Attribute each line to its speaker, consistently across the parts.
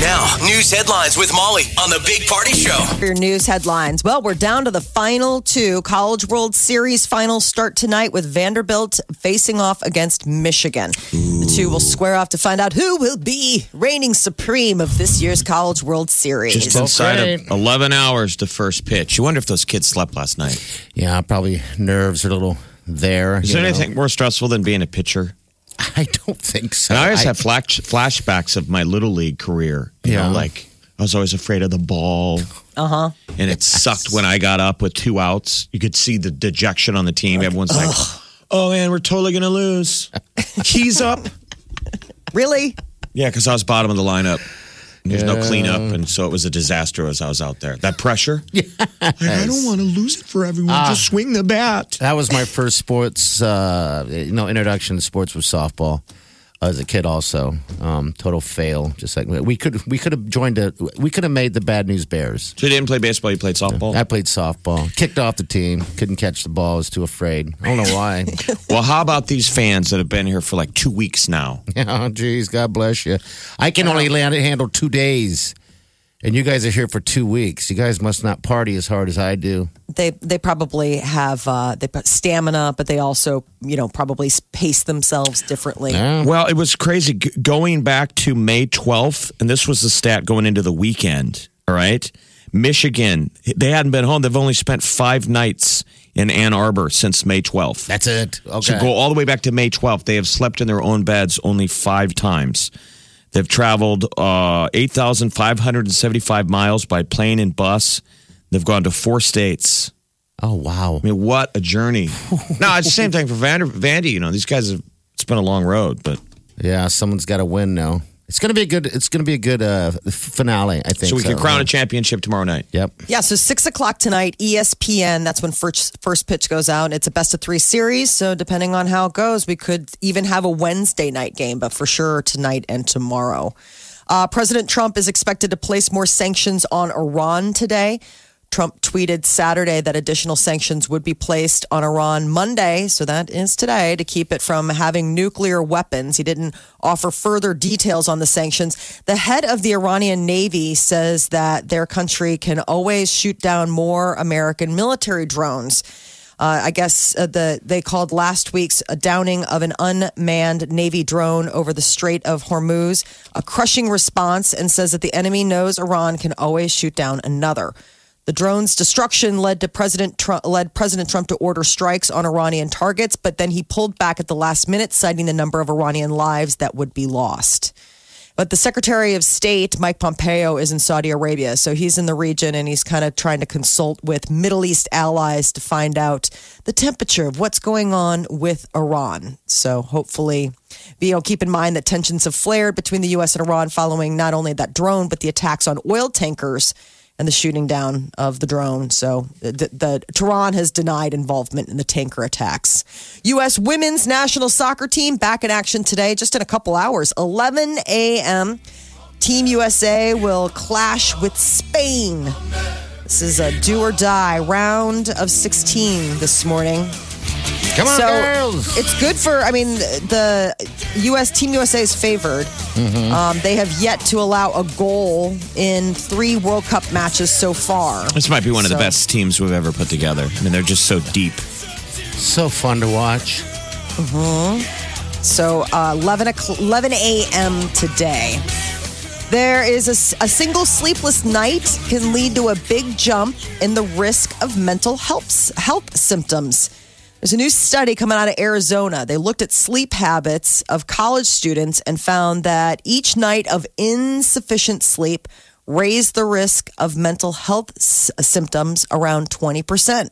Speaker 1: Now, news headlines with Molly on the Big Party Show.
Speaker 2: for your news headlines. Well, we're down to the final two. College World Series finals start tonight with Vanderbilt facing off against Michigan. The two will square off to find out who will be reigning supreme of this year's College World Series.
Speaker 3: Just inside of 11 hours to first pitch. You wonder if those kids slept last night.
Speaker 4: Yeah, probably nerves are a little there.
Speaker 3: Is
Speaker 4: you
Speaker 3: there
Speaker 4: know.
Speaker 3: anything more stressful than being a pitcher?
Speaker 4: I don't think so.
Speaker 3: And I always
Speaker 4: I-
Speaker 3: have flash, flashbacks of my little league career. You
Speaker 4: Yeah.
Speaker 3: know, like I was always afraid of the ball. Uh huh. And it sucked when I got up with two outs. You could see the dejection on the team. Everyone's like, "Oh man, we're totally gonna lose." He's up.
Speaker 2: really?
Speaker 3: Yeah, because I was bottom of the lineup. There's no cleanup, and so it was a disaster as I was out there. That pressure. Yeah. I don't want to lose it for everyone. Just swing the bat.
Speaker 4: That was my first sports, uh, you know, introduction to sports was softball. uh, As a kid, also um, total fail. Just like we could, we could have joined a, we could have made the Bad News Bears.
Speaker 3: So you didn't play baseball. You played softball.
Speaker 4: I played softball, kicked off the team, couldn't catch the ball, was too afraid. I don't know why.
Speaker 3: Well, how about these fans that have been here for like two weeks now?
Speaker 4: oh, geez, God bless you. I can only land, handle two days, and you guys are here for two weeks. You guys must not party as hard as I do.
Speaker 2: They they probably have uh, they put stamina, but they also you know probably pace themselves differently.
Speaker 3: Well, it was crazy G- going back to May 12th, and this was the stat going into the weekend. All right. Michigan, they hadn't been home. They've only spent five nights in Ann Arbor since May 12th.
Speaker 4: That's it. Okay.
Speaker 3: So go all the way back to May 12th. They have slept in their own beds only five times. They've traveled uh, 8,575 miles by plane and bus. They've gone to four states.
Speaker 4: oh wow.
Speaker 3: I mean, what a journey. no, it's the same thing for Vander, Vandy. You know, these guys have, it's been a long road, but.
Speaker 4: Yeah, someone's got to win now. It's gonna be a good. It's gonna be a good uh, f- finale. I think.
Speaker 3: So we can crown a
Speaker 4: it.
Speaker 3: championship tomorrow night.
Speaker 4: Yep.
Speaker 2: Yeah, so six o'clock tonight, E ESPN. That's when first first pitch goes out. It's a best of three series, so depending on how it goes, we could even have a Wednesday night game, but for sure tonight and tomorrow. Uh, President Trump is expected to place more sanctions on Iran today. Trump tweeted Saturday that additional sanctions would be placed on Iran Monday, so that is today, to keep it from having nuclear weapons. He didn't offer further details on the sanctions. The head of the Iranian Navy says that their country can always shoot down more American military drones. Uh, I guess uh, the they called last week's a downing of an unmanned Navy drone over the Strait of Hormuz a crushing response, and says that the enemy knows Iran can always shoot down another. The drone's destruction led to President Trump, led President Trump to order strikes on Iranian targets, but then he pulled back at the last minute, citing the number of Iranian lives that would be lost. But the Secretary of State, Mike Pompeo, is in Saudi Arabia. So he's in the region and he's kind of trying to consult with Middle East allies to find out the temperature of what's going on with Iran. So hopefully, you know, keep in mind that tensions have flared between the U.S. and Iran following not only that drone, but the attacks on oil tankers and the shooting down of the drone. So the, the Tehran has denied involvement in the tanker attacks. U.S. women's national soccer team back in action today, just in a couple hours, 11 a.m. Team USA will clash with Spain. This is a do or die round of 16 this morning.
Speaker 4: Come on,
Speaker 2: So
Speaker 4: girls.
Speaker 2: it's good for. I mean, the U.S. Team USA is favored.
Speaker 4: Mm-hmm.
Speaker 2: Um, they have yet to allow a goal in three World Cup matches so far.
Speaker 3: This might be one of the
Speaker 2: So-
Speaker 3: best teams we've ever put together. I mean, they're just so deep.
Speaker 4: So fun to watch.
Speaker 2: So uh, 11, o'clock, 11 a.m. today. There is a, s- a single sleepless night can lead to a big jump in the risk of mental health, health symptoms. There's a new study coming out of Arizona. They looked at sleep habits of college students and found that each night of insufficient sleep raised the risk of mental health s- symptoms around 20%.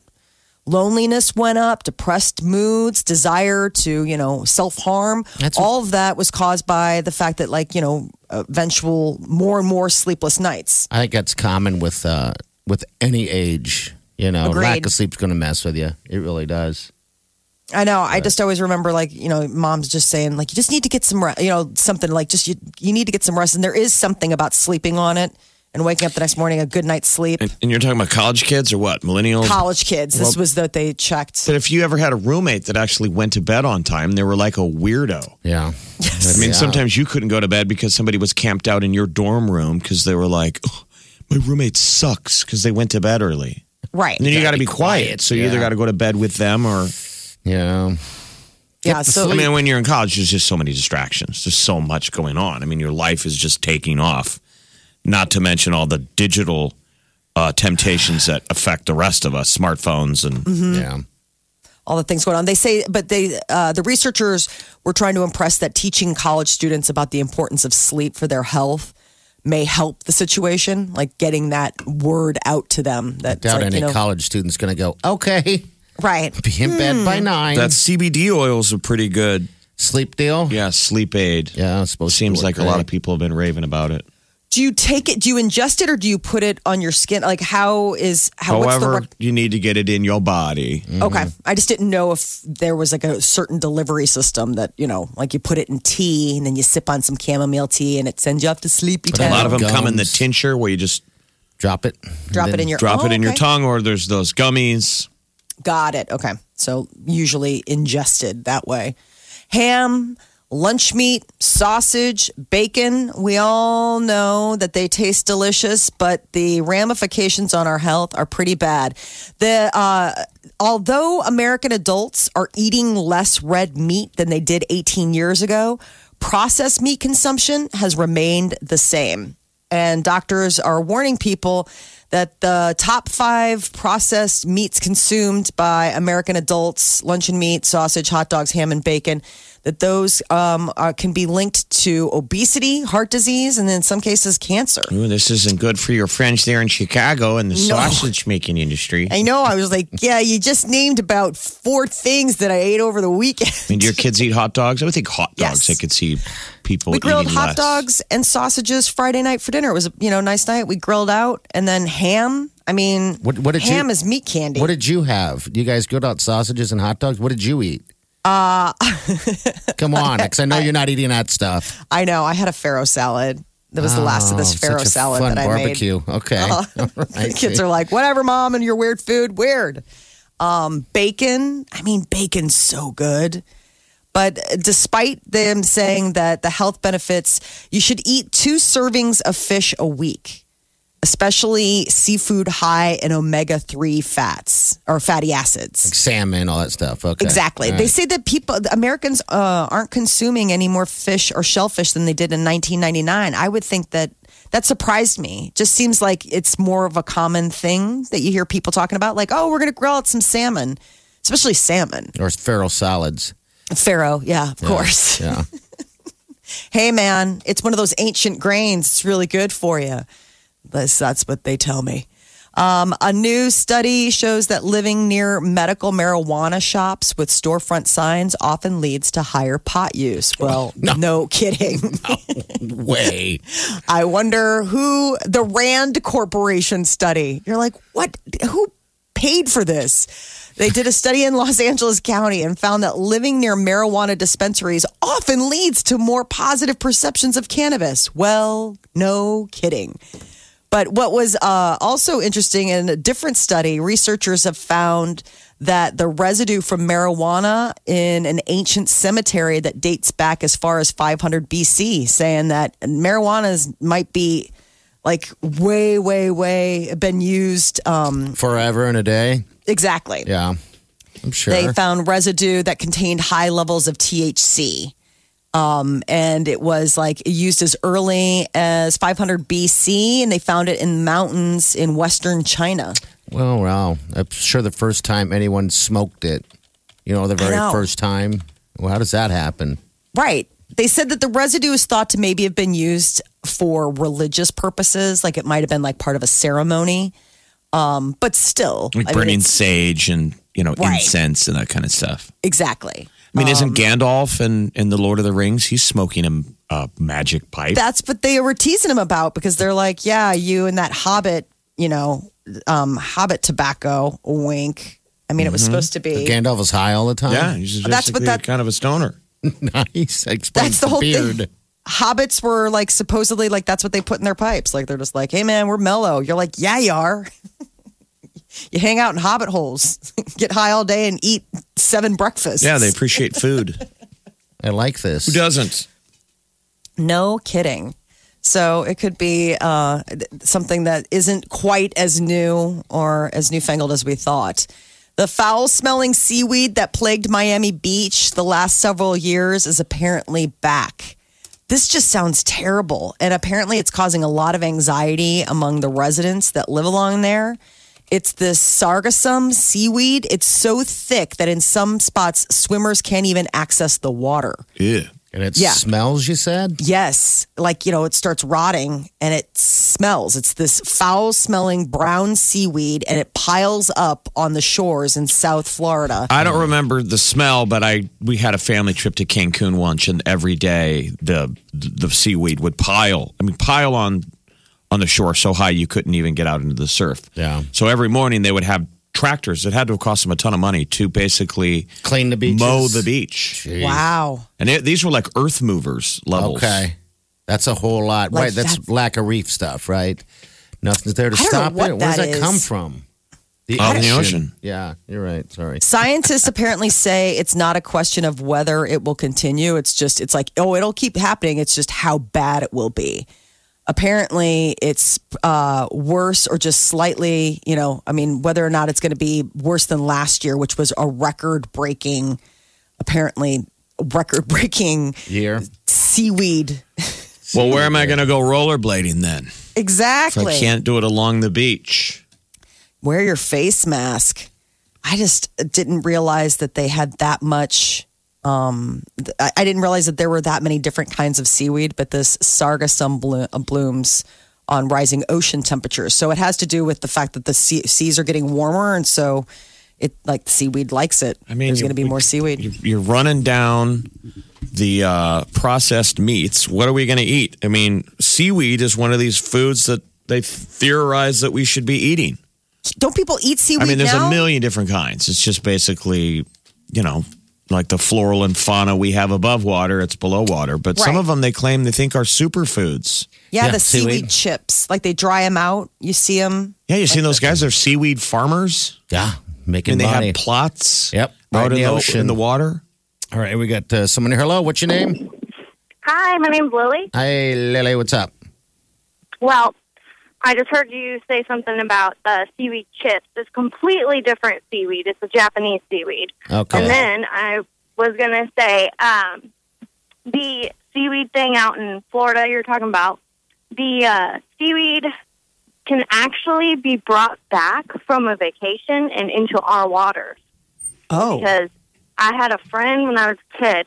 Speaker 2: loneliness went up, depressed moods, desire to, you know, self harm.
Speaker 4: That's-
Speaker 2: All of that was caused by the fact that, like, you know, eventual more and more sleepless nights.
Speaker 4: I think that's common with uh, with any age. You know, lack
Speaker 2: Agreed.
Speaker 4: of sleep's going to mess with you. It really does.
Speaker 2: I know. I just always remember, like, you know, mom's just saying, like, you just need to get some rest, you know, something like just you, you need to get some rest. And there is something about sleeping on it and waking up the next morning, a good night's sleep.
Speaker 3: And, and you're talking about college kids or what? Millennials?
Speaker 2: College kids, this was that they checked.
Speaker 3: That if you ever had a roommate that actually went to bed on time, they were like a weirdo.
Speaker 4: Yeah.
Speaker 3: I mean, sometimes you couldn't go to bed because somebody was camped out in your dorm room because they were like, oh, my roommate sucks because they went to bed early.
Speaker 2: Right.
Speaker 3: And then you got to be quiet. So you either
Speaker 4: yeah.
Speaker 3: got to go to bed with them or.
Speaker 4: Yeah.
Speaker 2: Yeah. So,
Speaker 3: I mean, when you're in college, there's just so many distractions. There's so much going on. I mean, your life is just taking off, not to mention all the digital uh, temptations that affect the rest of us smartphones and
Speaker 2: Mm-hmm.
Speaker 4: Yeah.
Speaker 2: all the things going on. They say, but they, uh, the researchers were trying to impress that teaching college students about the importance of sleep for their health may help the situation, like getting that word out to them. That
Speaker 4: Doubt
Speaker 2: like,
Speaker 4: any
Speaker 2: you know,
Speaker 4: college student's going to go, okay,
Speaker 2: right.
Speaker 4: be in bed
Speaker 2: Hmm.
Speaker 4: by nine.
Speaker 3: that CBD oil's a pretty good,
Speaker 4: sleep deal.
Speaker 3: yeah, sleep aid.
Speaker 4: Yeah. It's supposed to
Speaker 3: Seems
Speaker 4: work
Speaker 3: like a lot of
Speaker 4: great.
Speaker 3: people have been raving about it.
Speaker 2: Do you take it? Do you ingest it, or do you put it on your skin? Like, how is how?
Speaker 3: However, mm-hmm.
Speaker 2: what's Mm.
Speaker 3: you need to get it in your body.
Speaker 2: the, rec- okay, I just didn't know if there was like a certain delivery system that you know, like you put it in tea and then you sip on some chamomile tea and it sends you off to sleepy
Speaker 3: A
Speaker 2: town.
Speaker 3: lot of them come in the
Speaker 4: Gums.
Speaker 3: tincture where you just
Speaker 4: Drop it.
Speaker 2: Drop it in your
Speaker 3: drop
Speaker 2: oh,
Speaker 3: it in your
Speaker 2: okay.
Speaker 3: tongue, or there's those gummies.
Speaker 2: Got it. Okay. So usually ingested that way. Ham, lunch meat, sausage, bacon. We all know that they taste delicious, but the ramifications on our health are pretty bad. The uh, although American adults are eating less red meat than they did 18 years ago, processed meat consumption has remained the same. And doctors are warning people that the top five processed meats consumed by American adults luncheon meat, sausage, hot dogs, ham, and bacon that those um, are, can be linked to obesity, heart disease, and in some cases, cancer.
Speaker 3: Ooh, this isn't good for your friends there in Chicago and the sausage making industry.
Speaker 2: I know. I was like, yeah, you just named about four things that I ate over the weekend.
Speaker 3: I mean, do your kids eat hot dogs? I would think hot dogs.
Speaker 2: Yes.
Speaker 3: I could see people.
Speaker 2: we grilled
Speaker 3: eating
Speaker 2: hot
Speaker 3: less.
Speaker 2: dogs and sausages Friday night for dinner. It was a you know nice night. We grilled out and then ham. I mean,
Speaker 4: What- what did you-
Speaker 2: ham is meat candy.
Speaker 4: What did you have? You guys good on sausages and hot dogs? What did you eat? Uh, Come on, because I know you're not eating that stuff.
Speaker 2: I know. I had a farro salad. That was the last of this
Speaker 4: Oh,
Speaker 2: farro
Speaker 4: such a
Speaker 2: salad
Speaker 4: fun
Speaker 2: that I Oh.
Speaker 4: barbecue. Okay. All
Speaker 2: made.
Speaker 4: right.
Speaker 2: the kids are like, whatever, mom, and your weird food, weird. Um, bacon. I mean, bacon's so good. But despite them saying that the health benefits, you should eat two servings of fish a week, especially seafood high in omega 3 fats or fatty acids.
Speaker 4: salmon, all that stuff. Okay.
Speaker 2: Exactly.
Speaker 4: All
Speaker 2: They
Speaker 4: right.
Speaker 2: say that people, the Americans, uh, aren't consuming any more fish or shellfish than they did in 1999. I would think that that surprised me. Just seems like it's more of a common thing that you hear people talking about, like, oh, we're going to grill out some salmon, especially salmon.
Speaker 4: or feral salads.
Speaker 2: Farro, yeah, of course.
Speaker 4: Yeah.
Speaker 2: Hey, man, it's one of those ancient grains. It's really good for you. That's, that's what they tell me. Um, a new study shows that living near medical marijuana shops with storefront signs often leads to higher pot use. Well, no, kidding.
Speaker 4: Way.
Speaker 2: I wonder who the Rand Corporation study. You're like, what? Who paid for this? They did a study in Los Angeles County and found that living near marijuana dispensaries often leads to more positive perceptions of cannabis. Well, no kidding. But what was uh, also interesting in a different study, researchers have found that the residue from marijuana in an ancient cemetery that dates back as far as 500 BC, saying that marijuana's might be like way, way, way been used. Um,
Speaker 4: Forever and a day.
Speaker 2: exactly.
Speaker 4: Yeah. I'm sure.
Speaker 2: They found residue that contained high levels of THC. Um, and it was like used as early as 500 BC, and they found it in mountains in western China.
Speaker 4: well, wow. I'm sure the first time anyone smoked it, you know, the very
Speaker 2: know.
Speaker 4: first time. Well, how does that happen?
Speaker 2: Right. They said that the residue is thought to maybe have been used for religious purposes, like it might have been like part of a ceremony. Um, but still,
Speaker 3: like
Speaker 2: I mean,
Speaker 3: burning
Speaker 2: it's-
Speaker 3: sage and you know,
Speaker 2: Right. Um,
Speaker 3: incense and that kind of stuff.
Speaker 2: Exactly.
Speaker 3: I mean, isn't Gandalf and in the Lord of the Rings, he's smoking a, a magic pipe?
Speaker 2: That's what they were teasing him about because they're like, yeah, you and that Hobbit, you know, um, Hobbit tobacco wink. I mean, it
Speaker 3: Mm-hmm.
Speaker 2: was supposed to be.
Speaker 4: Gandalf was high all the time.
Speaker 3: yeah, he's just
Speaker 2: That's what
Speaker 3: basically
Speaker 2: that-
Speaker 3: kind of a stoner.
Speaker 4: nice. Explains
Speaker 2: That's the whole
Speaker 4: beard.
Speaker 2: thing. Hobbits were like supposedly like that's what they put in their pipes. Like they're just like, hey man, we're mellow. You're like, yeah, you are. you hang out in hobbit holes, get high all day, and eat seven breakfasts.
Speaker 3: Yeah, they appreciate food.
Speaker 4: I like this.
Speaker 3: Who doesn't?
Speaker 2: No kidding. So it could be uh, th- something that isn't quite as new or as newfangled as we thought. The foul smelling seaweed that plagued Miami Beach the last several years is apparently back. This just sounds terrible. And apparently, it's causing a lot of anxiety among the residents that live along there. It's this sargassum seaweed. It's so thick that in some spots, swimmers can't even access the water.
Speaker 3: Yeah.
Speaker 4: And it
Speaker 2: Yeah.
Speaker 4: smells, you said?
Speaker 2: Yes, like you know, it starts rotting and it smells. It's this foul-smelling brown seaweed, and it piles up on the shores in South Florida.
Speaker 3: I don't remember the smell, but I we had a family trip to Cancun once, and every day the the seaweed would pile. I mean, pile on on the shore so high you couldn't even get out into the surf.
Speaker 4: Yeah.
Speaker 3: So every morning they would have tractors. It had to have cost them a ton of money to basically
Speaker 4: Clean the beaches.
Speaker 3: mow the beach,
Speaker 4: Jeez.
Speaker 2: Wow,
Speaker 3: and it, these were like earth movers levels.
Speaker 4: Okay. That's a whole lot.
Speaker 2: Like
Speaker 4: right. That's,
Speaker 2: that's-
Speaker 4: lack of reef stuff, right? Nothing's there to
Speaker 2: I don't know
Speaker 4: stop
Speaker 2: what
Speaker 4: it. Where does
Speaker 2: that
Speaker 4: that come
Speaker 2: is.
Speaker 4: from? The
Speaker 3: Out in the ocean.
Speaker 4: Yeah, you're right. Sorry.
Speaker 2: scientists apparently say it's not a question of whether it will continue. It's just it's like oh, it'll keep happening. It's just how bad it will be. Apparently, it's uh, worse or just slightly. You know, I mean, whether or not it's going to be worse than last year, which was a record-breaking, apparently record-breaking.
Speaker 4: Year.
Speaker 2: seaweed.
Speaker 3: Well, where am I going to go rollerblading then? If I
Speaker 2: Exactly.
Speaker 3: can't do it along the beach.
Speaker 2: Wear your face mask. I just didn't realize that they had that much. Um, th- I, I didn't realize that there were that many different kinds of seaweed, but this sargassum blo- uh, blooms on rising ocean temperatures. So it has to do with the fact that the sea- seas are getting warmer, and so it like the seaweed likes it.
Speaker 3: I mean,
Speaker 2: there's
Speaker 3: you-
Speaker 2: going to be more seaweed.
Speaker 3: You're- You're running down the uh, processed meats. What are we going to eat? I mean, seaweed is one of these foods that they theorize that we should be eating.
Speaker 2: Don't people eat seaweed
Speaker 3: I mean, there's
Speaker 2: now?
Speaker 3: a million different kinds. It's just basically, you know, like the floral and fauna we have above water, it's below water. But some
Speaker 2: Right.
Speaker 3: of them they claim they think are superfoods.
Speaker 2: yeah,
Speaker 4: Yeah,
Speaker 2: the seaweed,
Speaker 4: seaweed.
Speaker 2: chips. Like they dry them out. You see them.
Speaker 3: Yeah, you seen those guys? They're seaweed farmers.
Speaker 4: Yeah.
Speaker 3: I mean,
Speaker 4: Making
Speaker 3: they
Speaker 4: money.
Speaker 3: have plots.
Speaker 4: Yep,
Speaker 3: out in
Speaker 4: right in
Speaker 3: the,
Speaker 4: the
Speaker 3: in
Speaker 4: ocean.
Speaker 3: the water.
Speaker 4: All right. We got uh, someone here. Hello. What's your name?
Speaker 5: Hi, my name's Lily.
Speaker 4: Hey, Lele. What's up?
Speaker 5: Well, I just heard you say something about uh, seaweed chips. It's completely different seaweed. It's a Japanese seaweed.
Speaker 4: Okay.
Speaker 5: And then I was going to say um, the seaweed thing out in Florida you're talking about, the uh, seaweed can actually be brought back from a vacation and into our waters
Speaker 2: Oh,
Speaker 5: because I had a friend when I was a kid.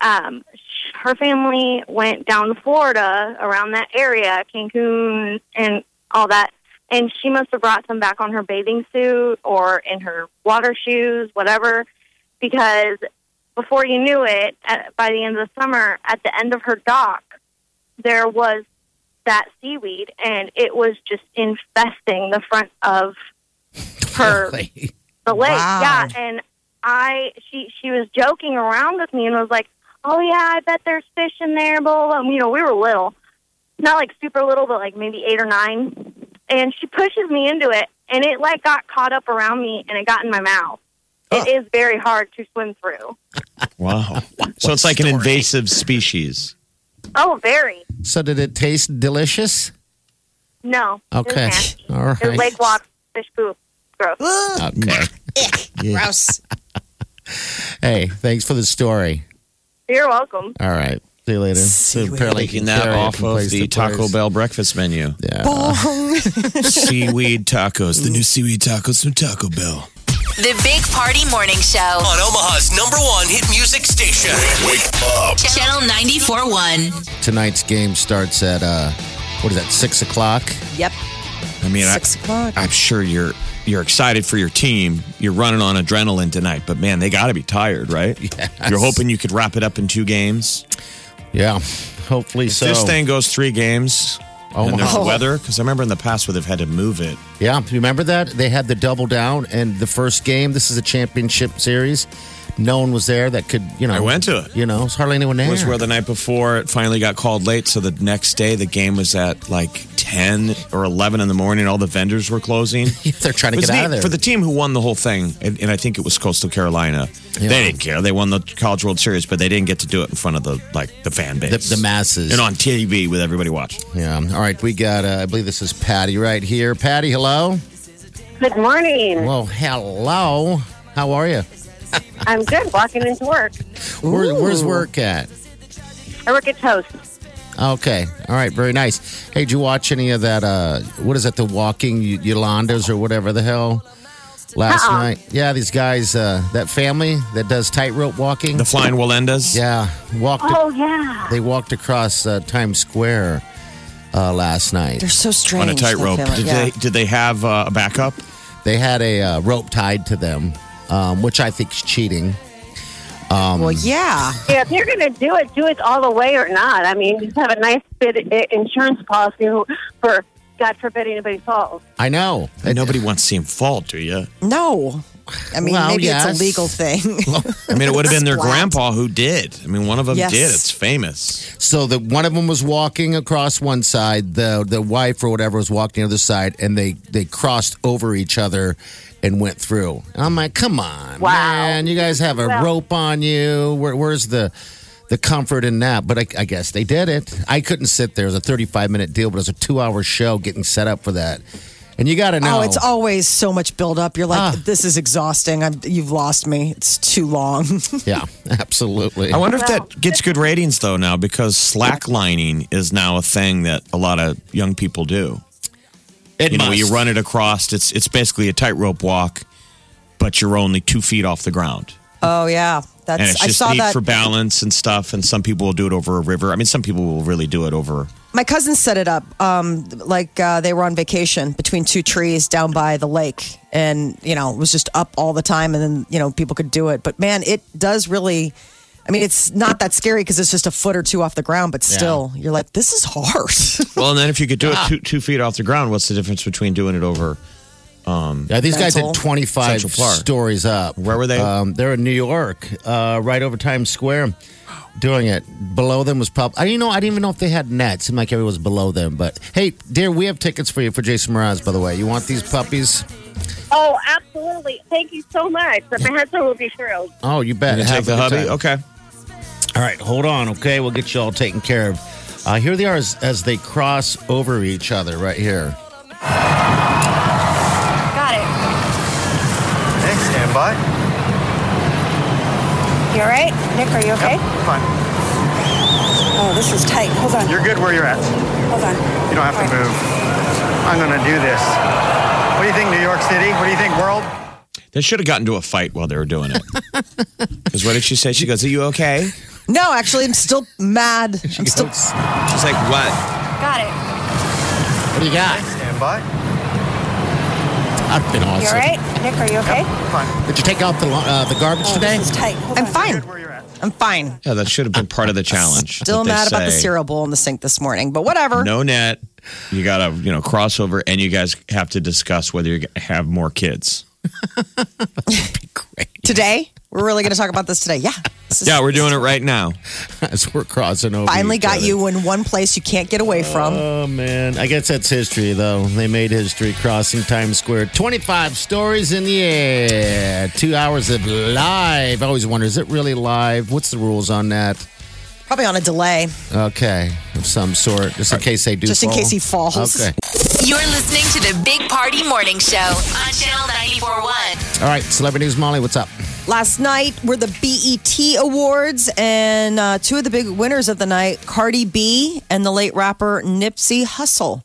Speaker 5: Um, sh- her family went down to Florida around that area, Cancun and all that, and she must have brought some back on her bathing suit or in her water shoes, whatever, because before you knew it, at, by the end of the summer, at the end of her dock, there was that seaweed, and it was just infesting the front of her the lake.
Speaker 2: Wow.
Speaker 5: Yeah, and I she she was joking around with me and was like, "Oh yeah, I bet there's fish in there." Blah blah. blah. You know, we were little, not like super little, but like maybe eight or nine. And she pushes me into it, and it like got caught up around me, and it got in my mouth. It is very hard to swim through.
Speaker 3: Wow. so it's like an invasive species.
Speaker 5: Oh, very.
Speaker 4: So did it taste delicious?
Speaker 5: No. it was
Speaker 4: Okay.
Speaker 5: nasty.
Speaker 4: All right.
Speaker 5: It was lake water, fish poop. Gross.
Speaker 4: Okay.
Speaker 2: gross.
Speaker 4: Hey, thanks for the story.
Speaker 5: You're welcome.
Speaker 4: All right. See you later. So apparently
Speaker 3: Taking that
Speaker 4: Carrie
Speaker 3: off
Speaker 4: can
Speaker 3: of
Speaker 4: place
Speaker 3: the Taco
Speaker 4: place.
Speaker 3: Bell breakfast menu. seaweed tacos. The new seaweed tacos from Taco Bell.
Speaker 6: The Big Party Morning Show.
Speaker 1: On Omaha's number one hit music station. Wake up.
Speaker 6: Channel 94.1.
Speaker 4: Tonight's game starts at uh, what is that? Six o'clock.
Speaker 2: Yep.
Speaker 3: I mean,
Speaker 2: Six
Speaker 3: I,
Speaker 2: o'clock.
Speaker 3: I'm sure you're you're excited for your team. You're running on adrenaline tonight, but man, they got to be tired, right? You're hoping you could wrap it up in two games.
Speaker 4: Yeah. Hopefully so.
Speaker 3: this thing goes three games. Oh, and
Speaker 4: my-
Speaker 3: there's weather because I remember in the past where they've had to move it.
Speaker 4: Yeah, you remember that? They had the double down and the first game. This is a championship series. No one was there that could, you know.
Speaker 3: I went to it.
Speaker 4: You know, it's hardly anyone there.
Speaker 3: It was where the night before it finally got called late, so the next day the game was at like ten or eleven in the morning. All the vendors were closing.
Speaker 4: They're trying to
Speaker 3: It was
Speaker 4: get out of
Speaker 3: neat
Speaker 4: there.
Speaker 3: For the team who won the whole thing, and, and I think it was Coastal Carolina, they didn't care. They won the College World Series, but they didn't get to do it in front of the like the fan base,
Speaker 4: the masses.
Speaker 3: and on TV with everybody watching.
Speaker 4: yeah. All right, we got, uh, I believe this is Patty right here. Patty, hello.
Speaker 5: Good morning.
Speaker 4: Well, hello. How are you?
Speaker 5: I'm good walking into work.
Speaker 4: Where, where's work at?
Speaker 5: I work at Toast.
Speaker 4: Okay. All right. Very nice. Hey, did you watch any of that? Uh, what is that? The Walking Y- Yolandas or whatever the hell last
Speaker 5: Uh-uh.
Speaker 4: night? Yeah, these guys, uh, that family that does tightrope walking.
Speaker 3: The Flying Walendas.
Speaker 4: yeah, walked.
Speaker 5: Oh, yeah.
Speaker 4: They walked across uh, Times Square uh, last night.
Speaker 2: They're so strange.
Speaker 3: on a
Speaker 2: that
Speaker 3: tightrope.
Speaker 2: family.
Speaker 3: Did
Speaker 2: Yeah.
Speaker 3: they did they have uh, a backup?
Speaker 4: They had a uh, rope tied to them, um, which I think is cheating.
Speaker 2: well,
Speaker 3: um,
Speaker 2: yeah.
Speaker 5: Yeah, if you're going to do it, do it all the way or not. I mean, just have a nice bit i- insurance policy for God forbid anybody falls.
Speaker 4: I know.
Speaker 3: Nobody wants to see him fall, do you?
Speaker 2: No. I mean,
Speaker 4: Well,
Speaker 2: maybe
Speaker 4: yes.
Speaker 2: it's a legal thing.
Speaker 3: I mean, it would have been their
Speaker 2: Splat.
Speaker 3: grandpa who did. I mean, one of them
Speaker 2: Yes.
Speaker 3: did. It's famous.
Speaker 4: So the one of them was walking across one side, the the wife or whatever was walking the other side, and they they crossed over each other and went through. And I'm like, come on,
Speaker 5: Wow.
Speaker 4: man, you guys have a
Speaker 5: Well-
Speaker 4: rope on you. Where, where's the the comfort in that? But I, I guess they did it. I couldn't sit there. It was a 35 minute deal, but it was a two hour show getting set up for that. And you got to know,
Speaker 2: Oh, it's always so much buildup. You're like,
Speaker 4: Ah.
Speaker 2: this is exhausting. I'm, you've lost me. It's too long.
Speaker 4: yeah, absolutely.
Speaker 3: I wonder if that gets good ratings though now because slacklining is now a thing that a lot of young people do.
Speaker 4: It
Speaker 3: you know, you
Speaker 4: must.
Speaker 3: run it across. It's it's basically a tightrope walk, but you're only two feet off the ground,
Speaker 2: oh yeah, that's.
Speaker 3: and it's
Speaker 2: I
Speaker 3: just
Speaker 2: saw
Speaker 3: neat
Speaker 2: that.
Speaker 3: for balance and stuff. And some people will do it over a river. I mean, some people will really do it over.
Speaker 2: My cousin set it up. Um, like uh, they were on vacation between two trees down by the lake, and you know it was just up all the time. And then you know people could do it, but man, it does really. I mean, it's not that scary because it's just a foot or two off the ground, but still, you're like, this is hard.
Speaker 3: Well, and then if you could do
Speaker 2: Ah.
Speaker 3: it two two feet off the ground, what's the difference between doing it over?
Speaker 4: Yeah, these guys
Speaker 2: Mental.
Speaker 4: did 25
Speaker 3: Central Park.
Speaker 4: stories up.
Speaker 3: Where were they?
Speaker 4: Um, they're in New York, uh, right over Times Square, doing it. Below them was probably, I didn't know, I didn't even know if they had nets. It seemed like everyone was below them. But hey, dear, we have tickets for you for Jason Mraz, by the way. You want these puppies?
Speaker 5: Oh, absolutely. Thank you so much. The Manhattan will be thrilled.
Speaker 4: Oh, you bet.
Speaker 3: You
Speaker 4: Have
Speaker 3: take the
Speaker 4: a
Speaker 3: hubby.
Speaker 4: good time.
Speaker 3: Okay.
Speaker 4: All right, hold on, okay? We'll get you all taken care of. Uh, here they are as, as they cross over each other right here.
Speaker 5: Got it.
Speaker 7: Hey, stand by.
Speaker 8: You all right? Nick, are you okay?
Speaker 7: Fine.
Speaker 8: Oh, this is tight. Hold on.
Speaker 7: You're good where you're at.
Speaker 8: Hold on.
Speaker 7: You don't have to move. I'm gonna do this. What do you think, New York City? What do you think, world?
Speaker 3: They should have gotten to a fight while they were doing it. Because what did she say? She goes, "Are you okay?"
Speaker 2: no, actually, I'm still mad. I'm still.
Speaker 3: She's like, "What?"
Speaker 8: Got it.
Speaker 4: What do you got?
Speaker 7: Stand by.
Speaker 4: I've been
Speaker 8: You all
Speaker 4: awesome.
Speaker 8: right? Nick, are you okay?
Speaker 7: Fine.
Speaker 4: Did you take out the, lo- uh, the garbage
Speaker 8: Oh,
Speaker 4: today?
Speaker 8: this is tight. Hold
Speaker 2: I'm
Speaker 8: on.
Speaker 2: fine.
Speaker 7: Good where you're at.
Speaker 2: I'm fine.
Speaker 3: Yeah, that should have been part of the challenge.
Speaker 2: Still
Speaker 3: that they
Speaker 2: mad about the
Speaker 3: say,
Speaker 2: cereal bowl in the sink this morning, but whatever.
Speaker 3: No net. You got to you know crossover, and you guys have to discuss whether you have more kids.
Speaker 2: Today, we're really going to talk about this today. Yeah. This is-
Speaker 3: Yeah, we're doing it right now.
Speaker 4: As we're crossing over.
Speaker 2: Finally
Speaker 4: each
Speaker 2: got
Speaker 4: other.
Speaker 2: you in one place you can't get away from.
Speaker 4: Oh man, I guess that's history though. They made history crossing Times Square. 25 stories in the air. 2 hours of live. I always wonder is it really live? What's the rules on that?
Speaker 2: Probably on a delay,
Speaker 4: Okay, of some sort, just in case they do
Speaker 2: just in
Speaker 4: fall.
Speaker 2: case he falls.
Speaker 4: Okay.
Speaker 6: You're listening to the Big Party Morning Show on Channel 94.1.
Speaker 4: All right, celebrity news Molly, what's up?
Speaker 2: Last night were the BET Awards, and uh, two of the big winners of the night Cardi B and the late rapper Nipsey Hussle.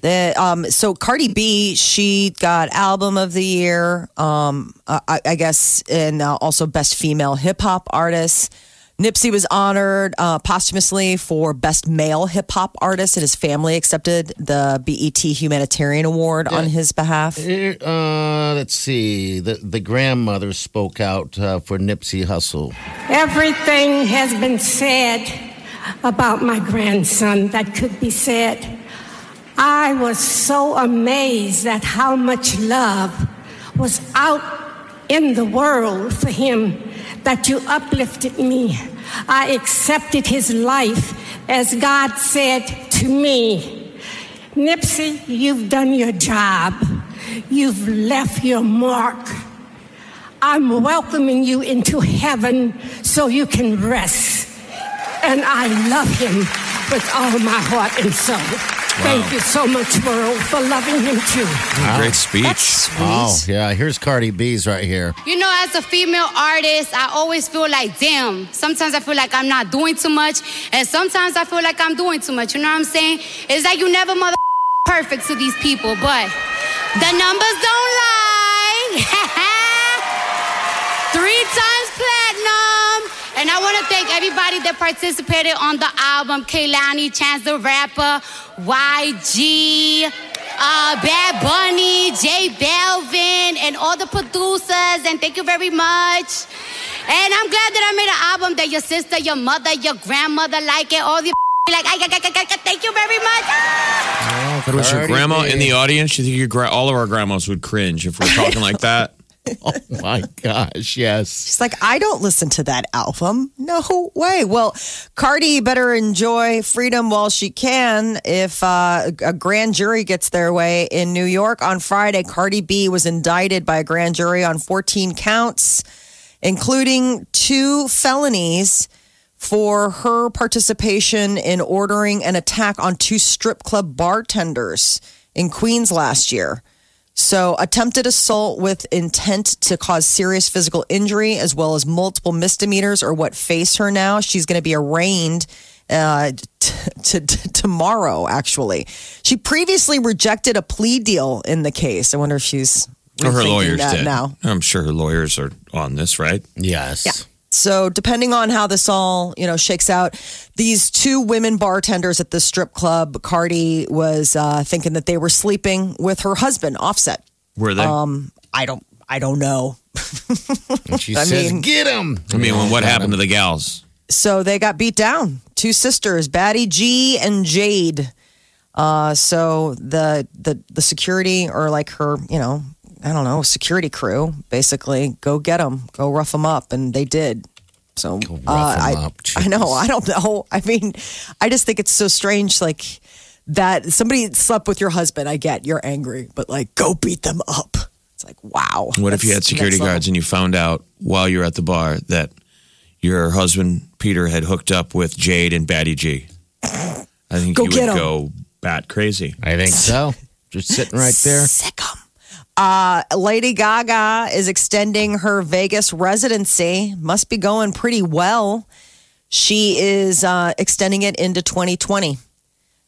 Speaker 2: The, um, so Cardi B, she got album of the year, um, I, I guess, and uh, also best female hip hop artist. Nipsey was honored uh, posthumously for Best Male Hip Hop Artist, and his family accepted the BET Humanitarian Award on his behalf.
Speaker 4: Here, Uh, let's see. The the grandmother spoke out uh, for Nipsey Hussle.
Speaker 9: Everything has been said about my grandson that could be said. I was so amazed at how much love was out in the world for him that you uplifted me. I accepted his life as God said to me. Nipsey, you've done your job. You've left your mark. I'm welcoming you into heaven so you can rest. And I love him with all my heart and soul. Thank you so much, world, for loving him too.
Speaker 3: Great speech.
Speaker 4: Oh yeah, here's Cardi B's right here.
Speaker 10: You know, as a female artist, I always feel like, damn, sometimes I feel like I'm not doing too much, and sometimes I feel like I'm doing too much. You know what I'm saying? It's like you never mother perfect to these people, but the numbers don't lie. three times platinum. And I want to thank everybody that participated on the album Kaylani, Chance the Rapper, YG, uh, Bad Bunny, J Balvin, and all the producers. And thank you very much. And I'm glad that I made an album that your sister, your mother, your grandmother like it. All the like, I, I, I, I, thank you very much.
Speaker 3: If it was your
Speaker 4: Cardi
Speaker 3: grandma
Speaker 4: B.
Speaker 3: in the audience, you think your gra- all of our grandmas would cringe if we're talking like that?
Speaker 4: Oh my gosh, yes.
Speaker 2: She's like, I don't listen to that album. No way. Well, Cardi better enjoy freedom while she can. If uh, a grand jury gets their way in New York on Friday, Cardi B was indicted by a grand jury on 14 counts, including two felonies for her participation in ordering an attack on two strip club bartenders in Queens last year. So, attempted assault with intent to cause serious physical injury, as well as multiple misdemeanors, are what face her now. She's going to be arraigned uh, t- t- t- tomorrow, actually. She previously rejected a plea deal in the case. I wonder if she's
Speaker 3: Or Oh, her
Speaker 2: rethinking
Speaker 3: lawyers
Speaker 2: that
Speaker 3: did.
Speaker 2: now.
Speaker 3: I'm sure her lawyers are on this, right?
Speaker 4: Yes.
Speaker 2: So depending on how this all, you know, shakes out, these two women bartenders at the strip club, Cardi was uh, thinking that they were sleeping with her husband, Offset.
Speaker 3: Were they?
Speaker 2: Um, I don't, I don't know.
Speaker 4: And she
Speaker 2: I
Speaker 4: says,
Speaker 2: mean-
Speaker 4: "Get him."
Speaker 3: I mean, when what happened to the gals?
Speaker 2: So they got beat down. Two sisters, Batty G and Jade. Uh, so the the the security or like her, you know, I don't know, security crew basically go get them, go rough them up, and they did. So uh,
Speaker 4: rough 'em
Speaker 2: I
Speaker 4: up,
Speaker 2: I know
Speaker 4: jeez.
Speaker 2: I don't know. I mean, I just think it's so strange, like that somebody slept with your husband. I get you're angry, but like go beat them up. It's like wow.
Speaker 3: What if you had
Speaker 2: That's
Speaker 3: security
Speaker 2: next level.
Speaker 3: guards and you found out while you were at the bar that your husband Peter had hooked up with Jade and Batty G? I think
Speaker 2: Go
Speaker 3: you
Speaker 2: get
Speaker 3: would
Speaker 2: 'em.
Speaker 3: go bat crazy.
Speaker 4: I think so. Just sitting right there.
Speaker 2: Sick 'em. Uh, Lady Gaga is extending her Vegas residency. Must be going pretty well. She is uh, extending it into 2020.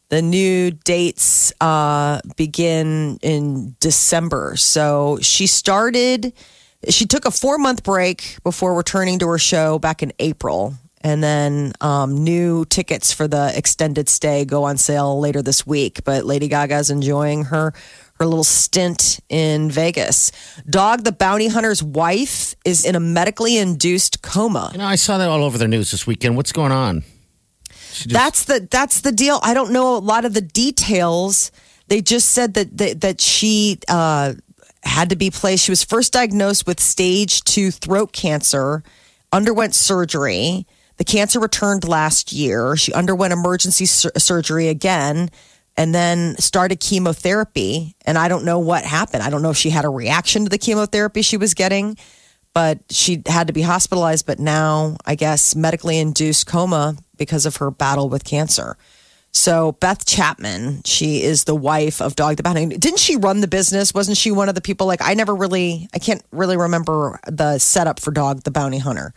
Speaker 2: The new dates uh, begin in December. So she started, she took a four month break before returning to her show back in April. And then um, new tickets for the extended stay go on sale later this week. But Lady Gaga's enjoying her. Her little stint in Vegas. Dog the bounty hunter's wife is in a medically induced coma.
Speaker 4: You know, I saw that all over the news this weekend. What's going on? She just-
Speaker 2: That's the that's the deal. I don't know a lot of the details. They just said that that, that she uh, had to be placed. She was first diagnosed with stage two throat cancer, underwent surgery. The cancer returned last year. She underwent emergency sur- surgery again, and then started chemotherapy. And I don't know what happened. I don't know if she had a reaction to the chemotherapy she was getting but she had to be hospitalized, but now I guess medically induced coma because of her battle with cancer. So Beth Chapman, she is the wife of Dog the Bounty. Didn't she run the business? Wasn't she one of the people like I never really I can't really remember the setup for Dog the Bounty Hunter.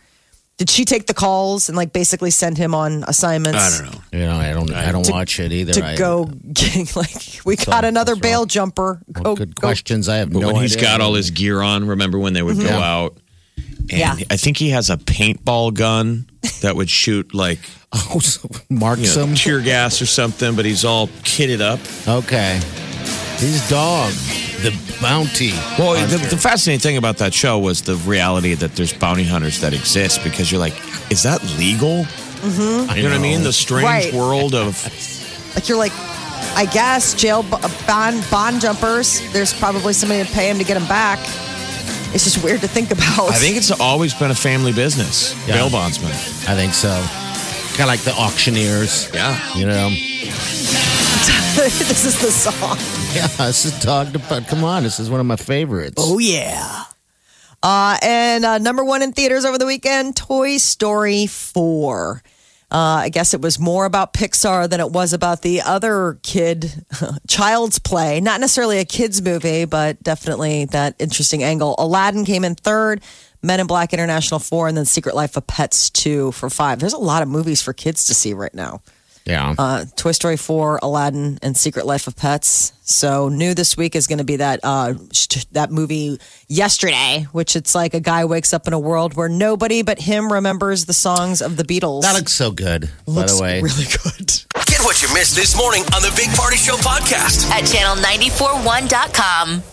Speaker 2: Did she take the calls and like basically send him on assignments?
Speaker 3: I don't know.
Speaker 4: you know, I don't. I don't watch it either.
Speaker 2: To
Speaker 4: I,
Speaker 2: go, get, like we got another bail jumper. Go,
Speaker 4: good
Speaker 2: go
Speaker 4: questions. I have
Speaker 3: But
Speaker 4: no
Speaker 3: when he's
Speaker 4: idea. Mm-hmm.
Speaker 3: got all his gear on, remember when they would go out? And
Speaker 2: Yeah.
Speaker 3: I think he has a paintball gun that would shoot like
Speaker 4: oh, mark
Speaker 3: some tear gas or something, but he's all kitted up.
Speaker 4: Okay, his dog, the bounty.
Speaker 3: Well, the,
Speaker 4: hunter.
Speaker 3: the fascinating thing about that show was the reality that there's bounty hunters that exist because you're like, is that legal?
Speaker 2: Mm-hmm.
Speaker 3: You know, what I mean? The strange
Speaker 2: Right.
Speaker 3: world of
Speaker 2: Like you're like, I guess jail b- bond bond jumpers. There's probably somebody to pay him to get him back. It's just weird to think about.
Speaker 3: I think it's always been a family business, bail bondsman.
Speaker 4: I think so. Kind of like the auctioneers.
Speaker 3: Yeah.
Speaker 4: You know?
Speaker 2: this is the song.
Speaker 4: Yeah, this is dog to Pun- Come on, this is one of my favorites.
Speaker 2: Oh yeah. Uh, and uh, number one in theaters over the weekend, Toy Story four. Uh, I guess it was more about Pixar than it was about the other kid, Child's Play. Not necessarily a kids movie, but definitely that interesting angle. Aladdin came in third, Men in Black International four, and then Secret Life of Pets two for five. There's a lot of movies for kids to see right now.
Speaker 4: Yeah.
Speaker 2: Uh, Toy Story 4, Aladdin, and Secret Life of Pets. So new this week is going to be that uh, sh- that movie yesterday, which it's like a guy wakes up in a world where nobody but him remembers the songs of the Beatles.
Speaker 4: That looks so good, by
Speaker 2: Looks
Speaker 4: the way.
Speaker 2: really good.
Speaker 1: Get what you missed this morning on the Big Party Show podcast.
Speaker 6: At channel941.com.